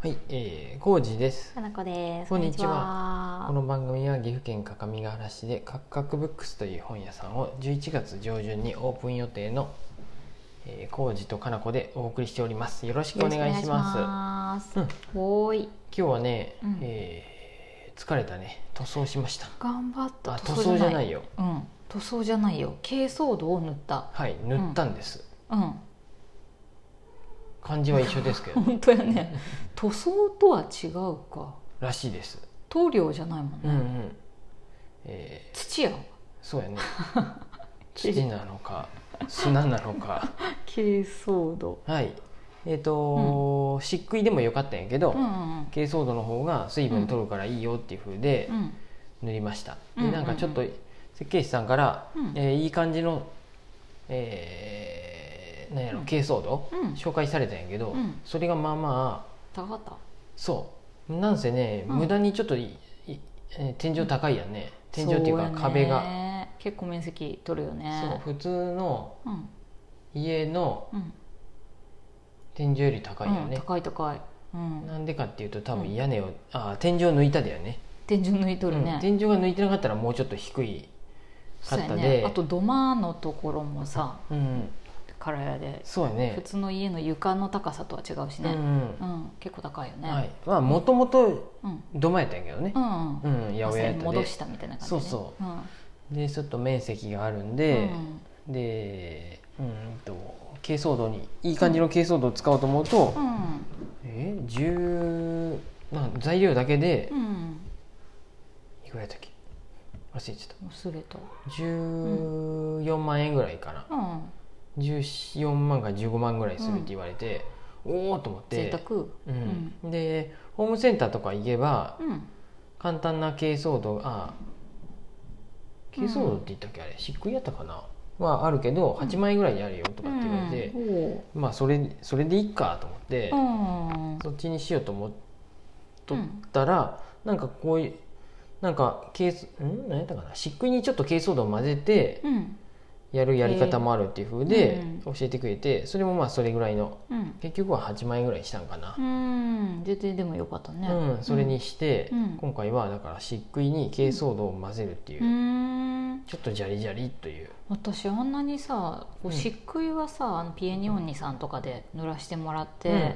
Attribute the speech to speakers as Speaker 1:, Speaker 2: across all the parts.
Speaker 1: はい、えー、コージです
Speaker 2: か。なこです。
Speaker 1: こんにち
Speaker 2: は
Speaker 1: この番組は岐阜県各務原市でカクカクブックスという本屋さんを11月上旬にオープン予定の、えー、コージとかなこでお送りしております。よろしくお願いします。
Speaker 2: ます
Speaker 1: うん
Speaker 2: おーい、
Speaker 1: 今日はね、
Speaker 2: うん
Speaker 1: えー疲れたね。塗装しました。
Speaker 2: 頑張った。
Speaker 1: あ、塗装じゃない
Speaker 2: よ。
Speaker 1: よ。
Speaker 2: うん、塗装じゃないよ。珪藻土を塗った。
Speaker 1: はい、塗ったんです。
Speaker 2: うん、
Speaker 1: 漢字は一緒ですけど、
Speaker 2: 本当やね。塗装とは違うか。
Speaker 1: らしいです。
Speaker 2: 塗料じゃないもん
Speaker 1: うんう
Speaker 2: ね。
Speaker 1: ん。えー
Speaker 2: 土やわ。
Speaker 1: そう やね土なのか砂なのか
Speaker 2: 珪藻土。
Speaker 1: はいえっ、と、漆喰でもよかったんやけど、
Speaker 2: うんうん
Speaker 1: 珪藻土の方が水分取るからいいよっていう風で
Speaker 2: うん。
Speaker 1: 塗りました、
Speaker 2: うんうんう
Speaker 1: で
Speaker 2: ん
Speaker 1: なんかちょっと設計士さんから、
Speaker 2: うん
Speaker 1: えーいい感じのえー、なんやろ
Speaker 2: うん
Speaker 1: 珪藻土、
Speaker 2: うん
Speaker 1: 紹介されたんやけど、
Speaker 2: うん
Speaker 1: それがまあまあ
Speaker 2: 高かった。
Speaker 1: そうなんせね、
Speaker 2: うん
Speaker 1: 無駄にちょっといいえー天井高いやんね天井っていう
Speaker 2: そ
Speaker 1: か
Speaker 2: やね
Speaker 1: 壁が。
Speaker 2: 結構面積取るよね。
Speaker 1: そう普通の
Speaker 2: うん。
Speaker 1: 家の
Speaker 2: うん。
Speaker 1: 天井より高いよ
Speaker 2: うん
Speaker 1: ね、
Speaker 2: 高い高い。うん。
Speaker 1: なんでかっていうと多
Speaker 2: う
Speaker 1: 分
Speaker 2: ん
Speaker 1: 屋根を、あー天井抜いただよね
Speaker 2: 天井抜いとる
Speaker 1: うん
Speaker 2: ね。
Speaker 1: 天井が抜いてなかったらもうちょっと低い、
Speaker 2: そうや
Speaker 1: 買ったで
Speaker 2: ね。あと土間のところもさ、
Speaker 1: うんうん、
Speaker 2: からやで
Speaker 1: そうや
Speaker 2: 普
Speaker 1: ね
Speaker 2: 通の家の床の高さとは違うし
Speaker 1: うん
Speaker 2: ね、うん結構高いよ
Speaker 1: うん
Speaker 2: ね、
Speaker 1: はい、まあもともと
Speaker 2: うん、
Speaker 1: 土間やったんやけどね
Speaker 2: う、ん
Speaker 1: う
Speaker 2: うん
Speaker 1: ん八百屋やった
Speaker 2: 戻
Speaker 1: で
Speaker 2: したみたいな感じ、ね、、
Speaker 1: そうそう
Speaker 2: ん
Speaker 1: でちょっと面積があるん
Speaker 2: う
Speaker 1: で、
Speaker 2: ん
Speaker 1: でうんと珪藻土にいい感じの珪藻土を使おうと思うと、
Speaker 2: うん
Speaker 1: え10なん材料だけで
Speaker 2: う、ん
Speaker 1: いくらやったっけ忘れちゃった
Speaker 2: 忘れた、
Speaker 1: 14万円ぐらいかな、
Speaker 2: うん、
Speaker 1: 14万から15万ぐらいするって言われて、おおと思って
Speaker 2: 贅沢
Speaker 1: うんでホームセンターとか行けば
Speaker 2: うん
Speaker 1: 簡単な珪藻土あ
Speaker 2: う
Speaker 1: 珪
Speaker 2: ん
Speaker 1: 藻土って言ったっけあれ漆喰やったかなはあるけど8万円ぐらいであるよとかって言われて、
Speaker 2: うんおう
Speaker 1: まあそれそれでいいかと思って、
Speaker 2: うん
Speaker 1: そっちにしようと思っとったら、なんかこういうなんか珪藻ん何やったかな漆喰にちょっと珪藻土を混ぜて
Speaker 2: うん
Speaker 1: やるやり方もあるっていう風で
Speaker 2: うん
Speaker 1: 教えてくれてそれもまあそれぐらいの
Speaker 2: うん
Speaker 1: 結局は8万円ぐらいしたんかな、
Speaker 2: うん全然でもよかったね
Speaker 1: うんそれにして、
Speaker 2: うん
Speaker 1: 今回はだから漆喰に珪藻土を混ぜるっていう、
Speaker 2: うん
Speaker 1: ちょっとジャリジャリという
Speaker 2: 私あんなにさこう
Speaker 1: うん
Speaker 2: 漆喰はさあのピエニオンニさんとかで塗らしてもらって、
Speaker 1: うん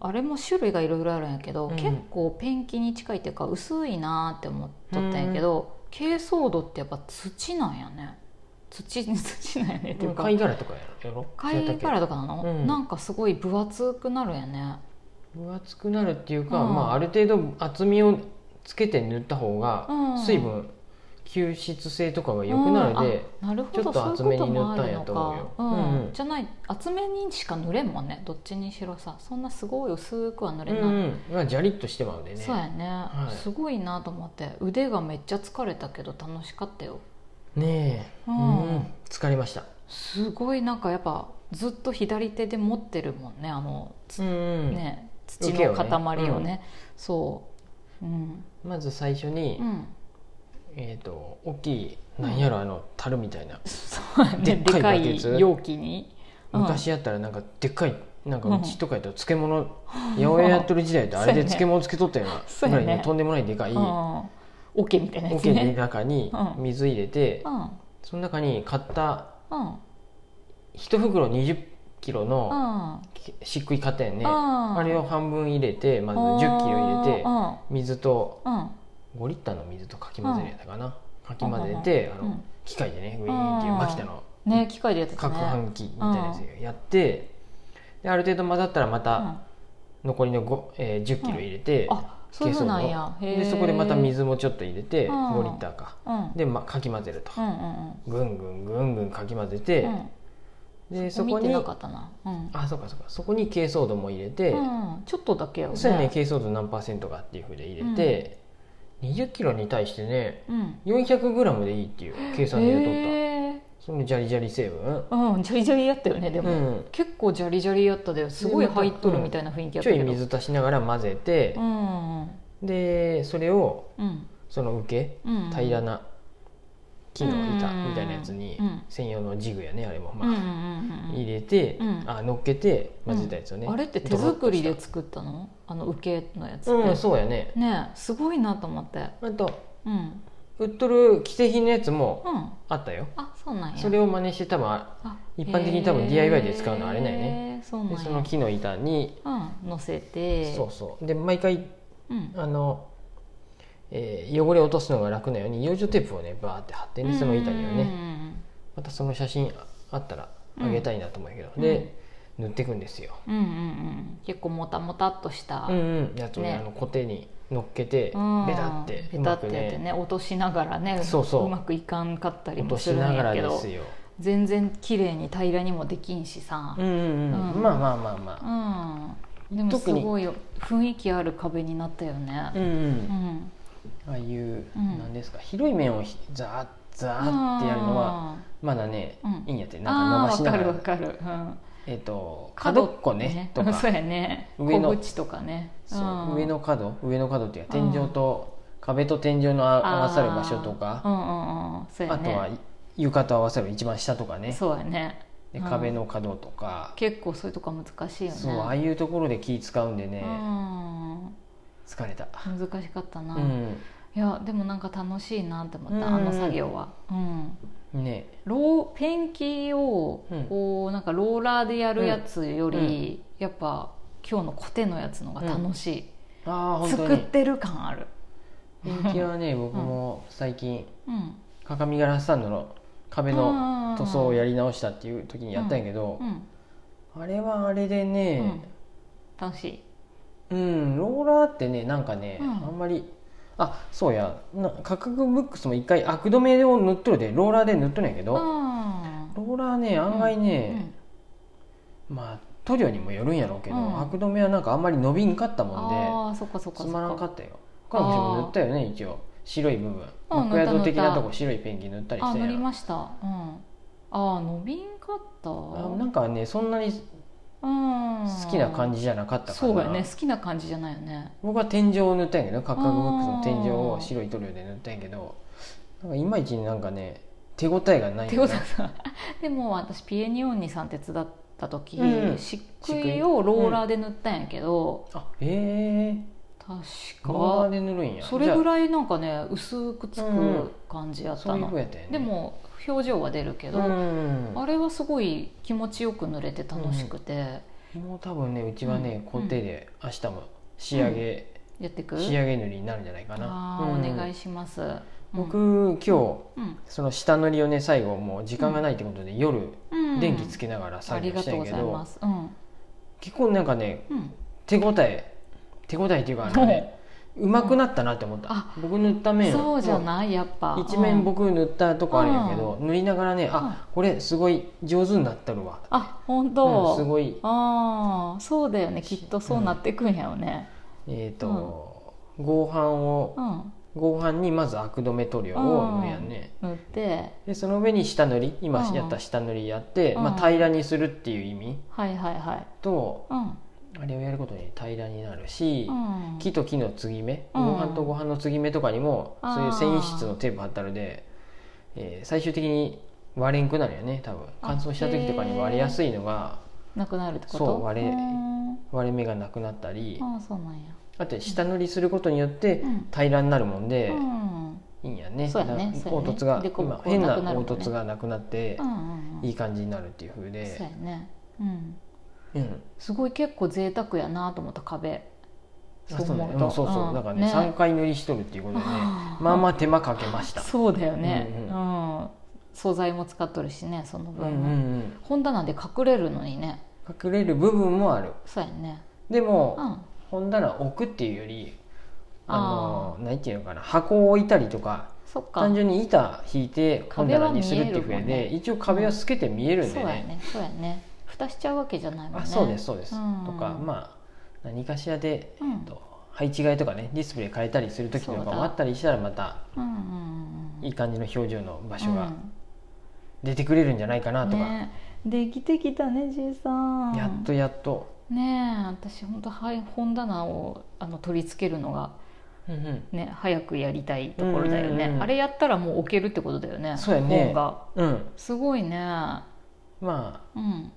Speaker 2: あれも種類がいろいろあるんやけど、
Speaker 1: うん
Speaker 2: 結構ペンキに近いっていうか薄いなーって思っとったんやけど、珪藻土ってやっぱ土なんやね土 土なんやねっていうか
Speaker 1: 貝殻とかやろやろ
Speaker 2: 貝殻とかなの、
Speaker 1: うん
Speaker 2: なんかすごい分厚くなるんやね
Speaker 1: 分厚くなるっていうか、
Speaker 2: うん
Speaker 1: まあ、ある程度厚みをつけて塗った方が
Speaker 2: うん
Speaker 1: 水分吸湿性とかが良くなるで、
Speaker 2: うんあなるほ
Speaker 1: ちょ
Speaker 2: ど
Speaker 1: っと厚めに
Speaker 2: そういうこともある
Speaker 1: 塗ったんやと思うよ
Speaker 2: のか
Speaker 1: うんうん
Speaker 2: じゃない厚めにしか塗れんもんねどっちにしろさそんなすごい薄くは塗
Speaker 1: う
Speaker 2: れ
Speaker 1: ん
Speaker 2: ない、
Speaker 1: うんまあ、ジャリッとしてまうんでね
Speaker 2: そうやね、
Speaker 1: はい
Speaker 2: すごいなと思って腕がめっちゃ疲れたけど楽しかったよ
Speaker 1: ねえ、
Speaker 2: うん
Speaker 1: 疲れました、
Speaker 2: すごいなんかやっぱずっと左手で持ってるもんねあの、つ
Speaker 1: うんうん
Speaker 2: ね土
Speaker 1: 受けを
Speaker 2: の
Speaker 1: ね
Speaker 2: 塊をね
Speaker 1: うん
Speaker 2: そううん、
Speaker 1: まず最初に、
Speaker 2: うん、
Speaker 1: えー、と大きいなんやろあの樽みたいな、
Speaker 2: そうや ね
Speaker 1: で
Speaker 2: で
Speaker 1: っかい
Speaker 2: か
Speaker 1: バケツ
Speaker 2: い容器に、うん
Speaker 1: 昔やったらなんかでっかいなんか
Speaker 2: うん
Speaker 1: うちとかやったら漬物、八百屋やってる時代ってあれで漬物つけとったような
Speaker 2: そう
Speaker 1: ぐ
Speaker 2: や
Speaker 1: ら
Speaker 2: ね
Speaker 1: いのとんでもないでかい
Speaker 2: うん、オケみたいなやつ
Speaker 1: 桶の
Speaker 2: ね
Speaker 1: 中に
Speaker 2: うん
Speaker 1: 水入れて
Speaker 2: うん
Speaker 1: その中に買った
Speaker 2: うん
Speaker 1: 1袋2 0キロ
Speaker 2: う
Speaker 1: の
Speaker 2: ん
Speaker 1: 漆喰買ったよね
Speaker 2: あ
Speaker 1: あれを半分入れてまず1 0キロ入れて
Speaker 2: うん
Speaker 1: 水と
Speaker 2: うん
Speaker 1: 5リッターの水とかき混ぜるやったかなかき混ぜてあ
Speaker 2: う
Speaker 1: の
Speaker 2: ん
Speaker 1: 機械でねグイーンっていう
Speaker 2: うん
Speaker 1: マキタの
Speaker 2: ね機械でやってた
Speaker 1: 攪
Speaker 2: ね
Speaker 1: 拌機みたいなやつやってである程度混ざったらま
Speaker 2: う
Speaker 1: た
Speaker 2: ん
Speaker 1: 残りの5、えー、10キロ入れて、
Speaker 2: あそういうふうなんやへ
Speaker 1: で
Speaker 2: ー
Speaker 1: そこでまた水もちょっと入れて
Speaker 2: うん
Speaker 1: 5リッターか
Speaker 2: うんうん
Speaker 1: で、ま、かき混ぜると、
Speaker 2: うん
Speaker 1: ぐんぐんぐんぐんかき混ぜ
Speaker 2: う
Speaker 1: て、
Speaker 2: ん
Speaker 1: で
Speaker 2: そ
Speaker 1: そ
Speaker 2: こ
Speaker 1: こ
Speaker 2: 見て
Speaker 1: に
Speaker 2: なかったなうん
Speaker 1: あそうかそうかそこに珪藻土も入れて、
Speaker 2: うんちょっとだけよ
Speaker 1: そうやね珪藻土何パーセントかっていうふうで入れて、20キロに対してね
Speaker 2: うん
Speaker 1: 400グラムでいいっていう計算で言うとった、
Speaker 2: へ
Speaker 1: そのジャリジャリ成分
Speaker 2: ーうんジャリジャリやったよねで
Speaker 1: う
Speaker 2: も
Speaker 1: ん
Speaker 2: 結構ジャリジャリやったですごい入っとるみたいな雰囲気やっ
Speaker 1: ち
Speaker 2: た
Speaker 1: ょ
Speaker 2: け
Speaker 1: い
Speaker 2: ど
Speaker 1: 水足しながら混ぜて
Speaker 2: う、んうん
Speaker 1: でそれを
Speaker 2: うん
Speaker 1: その受け
Speaker 2: うん
Speaker 1: 平らな木の板みたいなやつに
Speaker 2: うん
Speaker 1: 専用のジグやねあれも、
Speaker 2: うんう
Speaker 1: まあ、
Speaker 2: んうん
Speaker 1: 入れて、
Speaker 2: うん
Speaker 1: あ乗っけて混ぜたやつよね、
Speaker 2: あれって手作り
Speaker 1: ドロッ
Speaker 2: で
Speaker 1: とし
Speaker 2: 作ったのあの受けのやつ
Speaker 1: た
Speaker 2: っ
Speaker 1: うん
Speaker 2: て、
Speaker 1: そうやね
Speaker 2: ねえすごいなと思って
Speaker 1: あと
Speaker 2: うん
Speaker 1: 売っとる既製品のやつも
Speaker 2: うん
Speaker 1: あったよ、
Speaker 2: あそうなんや
Speaker 1: それを真似して多分あ
Speaker 2: あ
Speaker 1: 一般的に多分
Speaker 2: へえ
Speaker 1: DIY で使うのあれなんや
Speaker 2: そうなん
Speaker 1: で
Speaker 2: や
Speaker 1: その木の板に、
Speaker 2: うん乗せて
Speaker 1: そうそうで毎回
Speaker 2: うん
Speaker 1: あの、えー汚れを落とすのが楽なように養生テープをねバーって貼ってねその板にはね、
Speaker 2: うんうん
Speaker 1: またその写真あったらあげたいなと思うけど、
Speaker 2: うん
Speaker 1: で塗っていくんですよ、
Speaker 2: うんうんうん結構もたもたっとした、
Speaker 1: うんうん、やつをね
Speaker 2: ね
Speaker 1: あのコテに乗っけて
Speaker 2: うん
Speaker 1: ベタって
Speaker 2: ベタってやってね落としながらね
Speaker 1: そうそう
Speaker 2: まくいかんかったり
Speaker 1: 落
Speaker 2: も
Speaker 1: と
Speaker 2: す
Speaker 1: し
Speaker 2: る
Speaker 1: なんが
Speaker 2: や
Speaker 1: ら
Speaker 2: け
Speaker 1: で
Speaker 2: ど
Speaker 1: すよ、
Speaker 2: 全然綺麗に平らにもできんしさ
Speaker 1: うんうんうん
Speaker 2: うん
Speaker 1: まあまあまあまあ、
Speaker 2: うんでも
Speaker 1: 特
Speaker 2: す
Speaker 1: に
Speaker 2: ごいよ雰囲気ある壁になったよ
Speaker 1: うん
Speaker 2: ね
Speaker 1: うん
Speaker 2: うん
Speaker 1: ああいう、
Speaker 2: うん
Speaker 1: なんですか広い面をひザーッザーってやるのはまだね、
Speaker 2: うん
Speaker 1: いいんやってなん
Speaker 2: あ
Speaker 1: か
Speaker 2: あ
Speaker 1: 回しな
Speaker 2: 分か
Speaker 1: が
Speaker 2: る
Speaker 1: ら
Speaker 2: 分かるうん
Speaker 1: えっ、と角っこねとか
Speaker 2: そうやね
Speaker 1: 上の
Speaker 2: 小口とかね
Speaker 1: そう
Speaker 2: うん
Speaker 1: 上の角上の角っていうか
Speaker 2: うん
Speaker 1: 天井と、壁と天井のあ合わさる場所と
Speaker 2: あ
Speaker 1: か
Speaker 2: ーうんうんうんそう
Speaker 1: あ,、
Speaker 2: や
Speaker 1: とは
Speaker 2: ね
Speaker 1: 床と合わせる一番下とかね
Speaker 2: そうやね
Speaker 1: で
Speaker 2: うん
Speaker 1: 壁の角とか、
Speaker 2: 結構そういうとこ難しいよね
Speaker 1: そうああいうところで気使うんでね、
Speaker 2: うん
Speaker 1: 疲れた、
Speaker 2: 難しかったな、
Speaker 1: う
Speaker 2: いやでもなんか楽しいなって思った、
Speaker 1: うん
Speaker 2: あの作業は、うん、
Speaker 1: んね
Speaker 2: ローペンキを
Speaker 1: うん
Speaker 2: こうなんかローラーでやるやつより、やっぱ今日のコテのやつのが楽しい、
Speaker 1: ああ本当
Speaker 2: 作っ
Speaker 1: に
Speaker 2: てる感ある、
Speaker 1: ペンキはね僕も最近
Speaker 2: うん
Speaker 1: 各務原スタンドの壁の塗装をやり直したっていう時にやったんやけど
Speaker 2: う、ん、
Speaker 1: あれはあれでね、
Speaker 2: 楽しい
Speaker 1: うんローラーってねなんかね、
Speaker 2: うん
Speaker 1: あんまりあそうやな価格ブックスも一回アク止めを塗っとるでローラーで塗っとるんやけ
Speaker 2: う
Speaker 1: ど、
Speaker 2: ん
Speaker 1: ローラーね案外ね、まあ塗料にもよるんやろうけど、
Speaker 2: うん
Speaker 1: アク止めはなんかあんまり伸びんかったもんで。
Speaker 2: ああそっかそっか
Speaker 1: つ
Speaker 2: そっ
Speaker 1: まらんか
Speaker 2: か
Speaker 1: ったよ彼女も塗ったよね一応白い部分
Speaker 2: うん
Speaker 1: 幕宿的なと
Speaker 2: 塗った塗
Speaker 1: こ
Speaker 2: っ
Speaker 1: 白いペンキ塗ったりし
Speaker 2: あ
Speaker 1: たや
Speaker 2: 乗り
Speaker 1: ん
Speaker 2: ました、うん、ああ伸びんかった
Speaker 1: あなんかねそんなに好
Speaker 2: 好
Speaker 1: きな感
Speaker 2: じ
Speaker 1: じじゃなかったか
Speaker 2: そうや
Speaker 1: ら、
Speaker 2: ね好きな感じじゃないよね
Speaker 1: 僕は天井を塗ったんやけどカッカクブックスの天井を
Speaker 2: あー
Speaker 1: 白い塗料で塗ったんやけどなんかいまいちなんかね手応えがない
Speaker 2: 手
Speaker 1: よ
Speaker 2: 応え
Speaker 1: ね
Speaker 2: がでも私ピエニオンニさん手伝った時、
Speaker 1: うん
Speaker 2: 漆喰をローラーで塗ったんやけど、
Speaker 1: あええ
Speaker 2: 確
Speaker 1: ローラー
Speaker 2: か
Speaker 1: で塗るんや
Speaker 2: それぐ
Speaker 1: い
Speaker 2: らいなんかね薄くつく感じやった
Speaker 1: そういう
Speaker 2: の、
Speaker 1: ふうやったよね
Speaker 2: でも表情は出るけ
Speaker 1: う
Speaker 2: ど、
Speaker 1: ん
Speaker 2: あれはすごい気持ちよく塗れて楽しくて、
Speaker 1: もう多分ねうちはね
Speaker 2: うん
Speaker 1: 工程で明日も仕上げ、
Speaker 2: やってく
Speaker 1: 仕上げ塗りになるんじゃないかな
Speaker 2: あー、
Speaker 1: うん
Speaker 2: お願いします、
Speaker 1: 僕
Speaker 2: うん
Speaker 1: 今日
Speaker 2: うん
Speaker 1: その下塗りをね最後もう時間がないってことで、夜
Speaker 2: うん
Speaker 1: 電気つけながら
Speaker 2: あ
Speaker 1: 作
Speaker 2: り
Speaker 1: 業
Speaker 2: が
Speaker 1: し
Speaker 2: と
Speaker 1: たん
Speaker 2: う
Speaker 1: や
Speaker 2: ご
Speaker 1: け
Speaker 2: ざい
Speaker 1: ど、
Speaker 2: ます、うん
Speaker 1: 結構なんかね
Speaker 2: うん、
Speaker 1: 手応え手応えっていうかなんかねうまくなったなって思った、
Speaker 2: あ
Speaker 1: 僕塗った面
Speaker 2: そうじゃないやっぱ
Speaker 1: もう一面
Speaker 2: うん
Speaker 1: 僕塗ったとこあるんやけど、塗りながらねあ、これすごい上手になったるわ、
Speaker 2: あ本
Speaker 1: うん
Speaker 2: 当、
Speaker 1: すごい
Speaker 2: ああそうだよねきっとそうなってくんやよね
Speaker 1: えっ、と、合板を
Speaker 2: うん
Speaker 1: 合板にまずアク止め塗料を塗るやんね、
Speaker 2: 塗って
Speaker 1: でその上に下塗り今
Speaker 2: うん
Speaker 1: やった下塗りやって、
Speaker 2: うん
Speaker 1: まあ、平らにするっていう意味
Speaker 2: はいはいはい
Speaker 1: と
Speaker 2: うん
Speaker 1: あれをやることに平らになるし、
Speaker 2: うん
Speaker 1: 木と木の継ぎ目、
Speaker 2: うん
Speaker 1: ご飯とご飯の継ぎ目とかにも
Speaker 2: あー
Speaker 1: そういう繊維質のテープ貼ったるで、えー最終的に割れんくなるよね多分
Speaker 2: あ
Speaker 1: 乾燥した時とかに割れやすいのが
Speaker 2: なくなるってこと
Speaker 1: そう割れ
Speaker 2: うん
Speaker 1: 割れ目がなくなったり、
Speaker 2: ああそうなんや
Speaker 1: あと下塗りすることによって
Speaker 2: うん
Speaker 1: 平らになるもんで
Speaker 2: う、ん
Speaker 1: いいんやね
Speaker 2: そうやね
Speaker 1: だから凹
Speaker 2: そうやね
Speaker 1: 凸が、
Speaker 2: でこ
Speaker 1: 今
Speaker 2: こう
Speaker 1: 変
Speaker 2: な
Speaker 1: な
Speaker 2: くなるも
Speaker 1: 凹
Speaker 2: んね
Speaker 1: 凸がなくなって、
Speaker 2: うんうんうん
Speaker 1: いい感じになるっていう風
Speaker 2: そう
Speaker 1: で
Speaker 2: や、ねうん
Speaker 1: うん、
Speaker 2: すごい結構贅沢やなと思った壁
Speaker 1: あ
Speaker 2: そう
Speaker 1: ね
Speaker 2: 思うと
Speaker 1: んそうそう、
Speaker 2: うん
Speaker 1: だからね
Speaker 2: ね
Speaker 1: 3回塗りしとるっていう ことでね
Speaker 2: あー
Speaker 1: まあまあ手間かけました
Speaker 2: そうだよね
Speaker 1: う
Speaker 2: うんん、素材も使っとるしねその
Speaker 1: うんう
Speaker 2: 分、
Speaker 1: んうん
Speaker 2: 本棚で隠れるのにね
Speaker 1: 隠れる部分もある
Speaker 2: そうやね
Speaker 1: でも、
Speaker 2: うん
Speaker 1: 本棚を置くっていうよりあの
Speaker 2: あ
Speaker 1: 何ていうのかな箱を置いたりとか
Speaker 2: そっか
Speaker 1: 単純に板引いて本棚にするっていうふうで、
Speaker 2: 壁は見えるもんね
Speaker 1: 一応壁は透けて見えるんで
Speaker 2: そうや
Speaker 1: ね,、
Speaker 2: ねそうやね蓋しちゃうわけじゃないも
Speaker 1: あ
Speaker 2: んね
Speaker 1: そうですそうです、
Speaker 2: うん
Speaker 1: とかまあ何かしらで、
Speaker 2: うん
Speaker 1: えっと、配置替えとかねディスプレイ変えたりする時とか
Speaker 2: そうだ
Speaker 1: もあったりしたらまた
Speaker 2: うんうんうんうん
Speaker 1: いい感じの表情の場所
Speaker 2: う
Speaker 1: が
Speaker 2: ん
Speaker 1: 出てくれるんじゃないかなとか、
Speaker 2: ねできてきたね J さん
Speaker 1: やっとやっと、
Speaker 2: ねえ私本当はい本棚をあの取り付けるのが
Speaker 1: うん
Speaker 2: ね、早くやりたいところだよね、
Speaker 1: うんうんうん
Speaker 2: あれやったらもう置けるってことだよね
Speaker 1: そうやね
Speaker 2: 本が
Speaker 1: うん、うん、
Speaker 2: すごいね
Speaker 1: まあ
Speaker 2: うん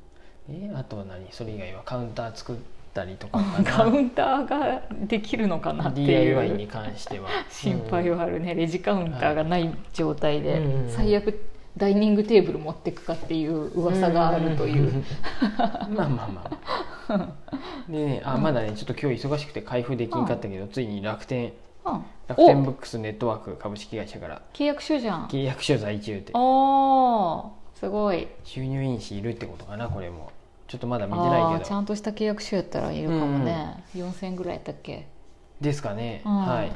Speaker 1: えあとは何それ以外はカウンター作ったりとかかな
Speaker 2: カウンターができるのかなってい
Speaker 1: DIY に
Speaker 2: う
Speaker 1: 関しては
Speaker 2: 心配
Speaker 1: は、
Speaker 2: はあるね、レジカウンターがない状態で、
Speaker 1: うんうん
Speaker 2: 最悪ダイニングテーブル持ってくかっていう噂があるという、
Speaker 1: ん まあまあまあでねあまだねちょっと今日忙しくて開封できんかったけど、ついに楽天
Speaker 2: うん
Speaker 1: 楽天ブ
Speaker 2: お
Speaker 1: ックスネットワーク株式会社から
Speaker 2: 契約書じゃん
Speaker 1: 契約書在中で
Speaker 2: おーすごい
Speaker 1: 収入印紙いるってことかなこれもちょっとまだ見て
Speaker 2: あ
Speaker 1: な
Speaker 2: あ
Speaker 1: い
Speaker 2: ー
Speaker 1: け
Speaker 2: ちゃ
Speaker 1: ど
Speaker 2: んとした契約書やったらいるかもね、4000円ぐらいやったっけ
Speaker 1: ですかね、
Speaker 2: うん
Speaker 1: はい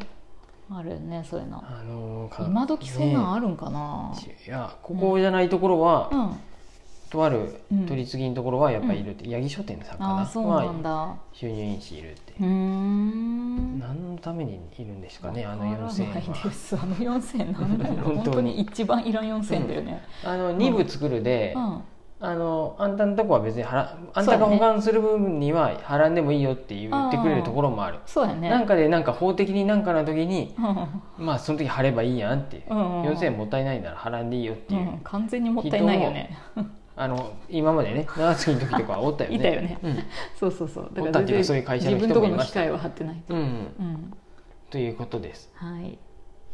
Speaker 2: あるねそういうの
Speaker 1: あのーか
Speaker 2: 今時そんなん
Speaker 1: ね
Speaker 2: あるんかな、
Speaker 1: いやここじゃないところは、
Speaker 2: うん
Speaker 1: とある
Speaker 2: うん
Speaker 1: 取り次ぎのところはやっぱりいるって、八木書店さんか
Speaker 2: あ
Speaker 1: な
Speaker 2: あそうなんだ、
Speaker 1: 収入印紙いるって、
Speaker 2: うーん
Speaker 1: 何のためにいるんですかねあの
Speaker 2: わから
Speaker 1: 4000円
Speaker 2: ない
Speaker 1: は
Speaker 2: ですあの4000円なんだろう
Speaker 1: 本当に
Speaker 2: 本当に一番いらん4000円だよね、
Speaker 1: あの2部作るで、
Speaker 2: うん
Speaker 1: あのあんたのとこは別に払あんたが保管する分にははらんでもいいよって言ってくれるところもある
Speaker 2: そうやね
Speaker 1: なんかでなんか法的になんかの時に
Speaker 2: うん
Speaker 1: まあその時払えばいいやんっていう、
Speaker 2: うんうん
Speaker 1: 4000円もったいないなら払んでいいよっていう、
Speaker 2: うん完全にもったいないよね
Speaker 1: あの今までね長月の時とかはおったよね
Speaker 2: いたよね
Speaker 1: うん
Speaker 2: そうそうそうだ
Speaker 1: お
Speaker 2: か
Speaker 1: った
Speaker 2: ら
Speaker 1: っていうかそういう会社の
Speaker 2: 自
Speaker 1: 人
Speaker 2: 分と
Speaker 1: も
Speaker 2: こ
Speaker 1: いま
Speaker 2: の
Speaker 1: し
Speaker 2: 機
Speaker 1: た
Speaker 2: 械は張ってないと
Speaker 1: うんうん
Speaker 2: うん
Speaker 1: ということです
Speaker 2: はい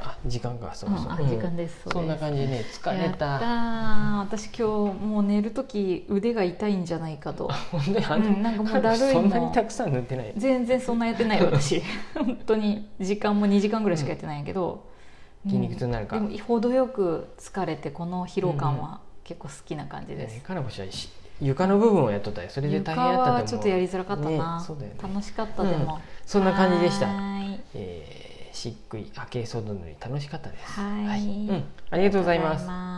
Speaker 1: あ時間かそう
Speaker 2: うん
Speaker 1: そう、
Speaker 2: あ
Speaker 1: うん
Speaker 2: 時間です
Speaker 1: そんな
Speaker 2: じ
Speaker 1: 感じでね疲れ
Speaker 2: やった
Speaker 1: た
Speaker 2: ー私今日もう寝る時腕が痛いんじゃないか と
Speaker 1: 本当にあ
Speaker 2: うんなんかもうだるいもん
Speaker 1: そんなにたくさん塗ってない
Speaker 2: 全然そんなやってない私本当に時間も2時間ぐらいしかやってないんやけど、
Speaker 1: 筋肉痛になるか、
Speaker 2: でも程よく疲れてこの疲労感は結構好きな感じです
Speaker 1: ね、かなこ氏はし床の部分をやっとったよそれで大
Speaker 2: 床
Speaker 1: 変やったと思
Speaker 2: は
Speaker 1: う
Speaker 2: ちょっとやりづらかったな、
Speaker 1: ねそうだよね
Speaker 2: 楽しかったでも、
Speaker 1: うんそんな感じでした
Speaker 2: はーい
Speaker 1: えー、しっくいあけそど塗り楽しかったです
Speaker 2: はい
Speaker 1: うん、ありがとうございます
Speaker 2: ありがとうございます